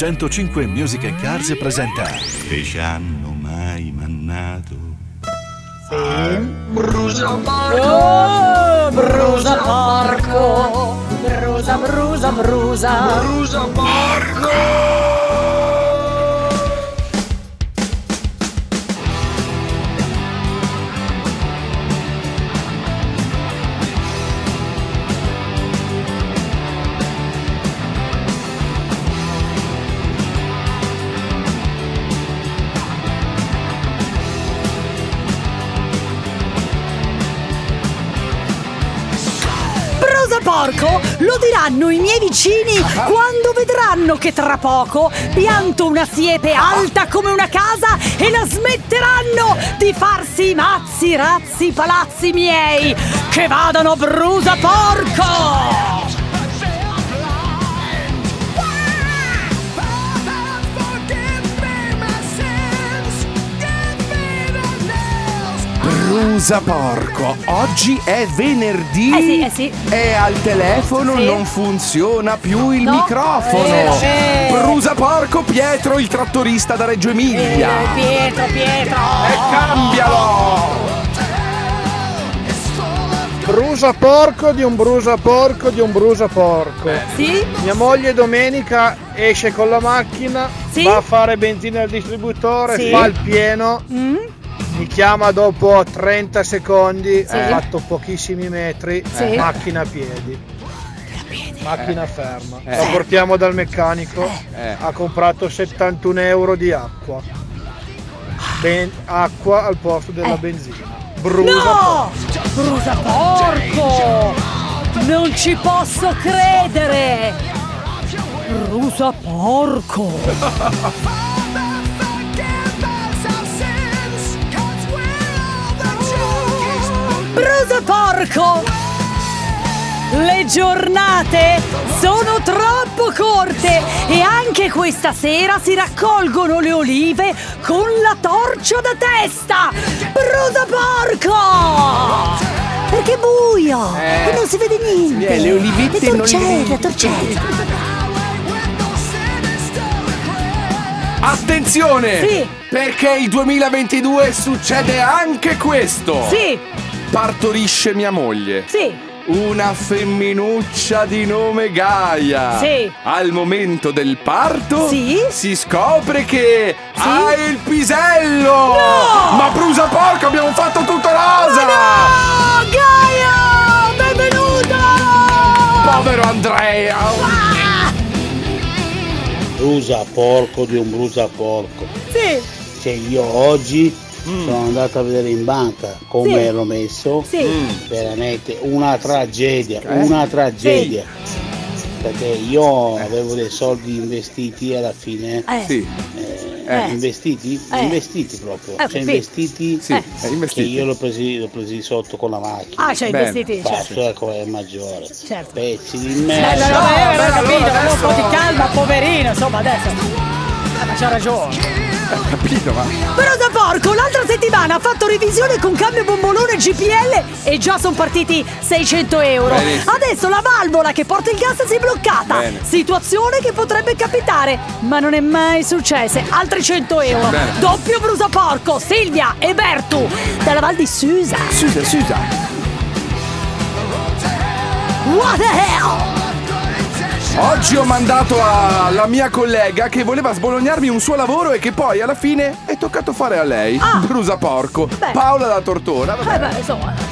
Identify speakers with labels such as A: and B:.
A: 105 Music and Cars presenta
B: Che ci hanno mai mannato?
C: Brusa
D: Oh, brusa porco, brusa brusa brusa.
C: brusa porco!
D: Brusa porco lo diranno i miei vicini quando vedranno che tra poco pianto una siepe alta come una casa e la smetteranno di farsi i mazzi, razzi, palazzi miei. Che vadano brusa porco!
E: Brusa porco, oggi è venerdì
D: Eh sì, eh sì.
E: e al telefono
D: Sì.
E: non funziona più il
D: No.
E: microfono.
D: Eh, sì.
E: Brusa porco Pietro, il trattorista da Reggio Emilia.
D: Eh, Pietro, Pietro!
E: E cambialo!
F: Brusa porco di un brusa porco di un brusa porco.
D: Eh Sì?
F: Mia moglie domenica esce con la macchina,
D: Sì?
F: va a fare benzina al distributore,
D: Sì.
F: fa il pieno,
D: Mm?
F: mi chiama dopo 30 secondi,
D: Sì.
F: ha fatto pochissimi metri,
D: Sì.
F: macchina a piedi. Macchina ferma. La portiamo dal meccanico, ha comprato 71 euro di acqua. Ben- acqua al posto della benzina. Brusa porco.
D: Eh. No! Brusa porco! Non ci posso credere! Brusa porco! Brusa porco! Le giornate sono troppo corte e anche questa sera si raccolgono le olive con la torcia da testa! Brusa porco! Perché è buio e non si vede niente!
E: Eh, le olivette
D: Le
E: non li
D: torcella,
E: vedi.
D: torcella.
E: Attenzione!
D: Sì.
E: Perché il 2022 succede anche questo!
D: Sì,
E: Partorisce mia moglie.
D: sì,
E: Una femminuccia di nome Gaia.
D: Sì.
E: Al momento del parto
D: Sì.
E: si scopre che
D: Sì.
E: ha il pisello.
D: No!
E: Ma brusa porco, abbiamo fatto tutto rosa.
D: Oh, Gaia! Benvenuta!
E: Povero Andrea.
G: brusa porco di un brusa porco.
D: Sì,
G: Cioè io oggi sono andato a vedere in banca come
D: Mm. Sì.
G: ero messo. Mm.
D: sì. eh.
G: Veramente una tragedia, una tragedia. Perché io avevo dei soldi investiti alla fine.
D: Eh,
E: Sì.
G: eh,
D: Eh.
G: Investiti?
D: Eh.
G: Investiti proprio.
D: Eh,
G: cioè
D: sì.
G: investiti
E: Sì,
D: Eh.
E: è
G: che
E: investito.
G: io l'ho presi, l'ho presi sotto con la macchina.
D: Ah, c'hai i
E: Bene.
D: vestiti, certo.
G: Passo ecco è maggiore.
D: Certo.
G: Pezzi di
D: Eh,
G: merda.
D: no, no,
E: no,
D: eh, non
E: beh,
D: ho capito,
E: allora
D: avevo un po' di
E: adesso-
D: calma, poverino, insomma, adesso. Eh, Ma c'ha ragione.
E: Capito, ma
D: Però da porco, l'altra settimana ha fatto revisione con cambio bombolone GPL e già sono partiti 600 euro.
E: Benissimo.
D: Adesso la valvola che porta il gas si è bloccata.
E: Bene.
D: Situazione che potrebbe capitare, ma non è mai successa. Altri 100 euro.
E: Bene.
D: Doppio brusa porco, Silvia e Bertu dalla Val di Susa.
E: Susa, Susa.
D: What the hell?
E: Oggi ho mandato alla mia collega che voleva sbolognarmi un suo lavoro e che poi alla fine è toccato fare a lei.
D: Ah.
E: Brusa porco.
D: Beh.
E: Paola da Tortora.
D: Eh
E: vabbè.
D: beh, insomma,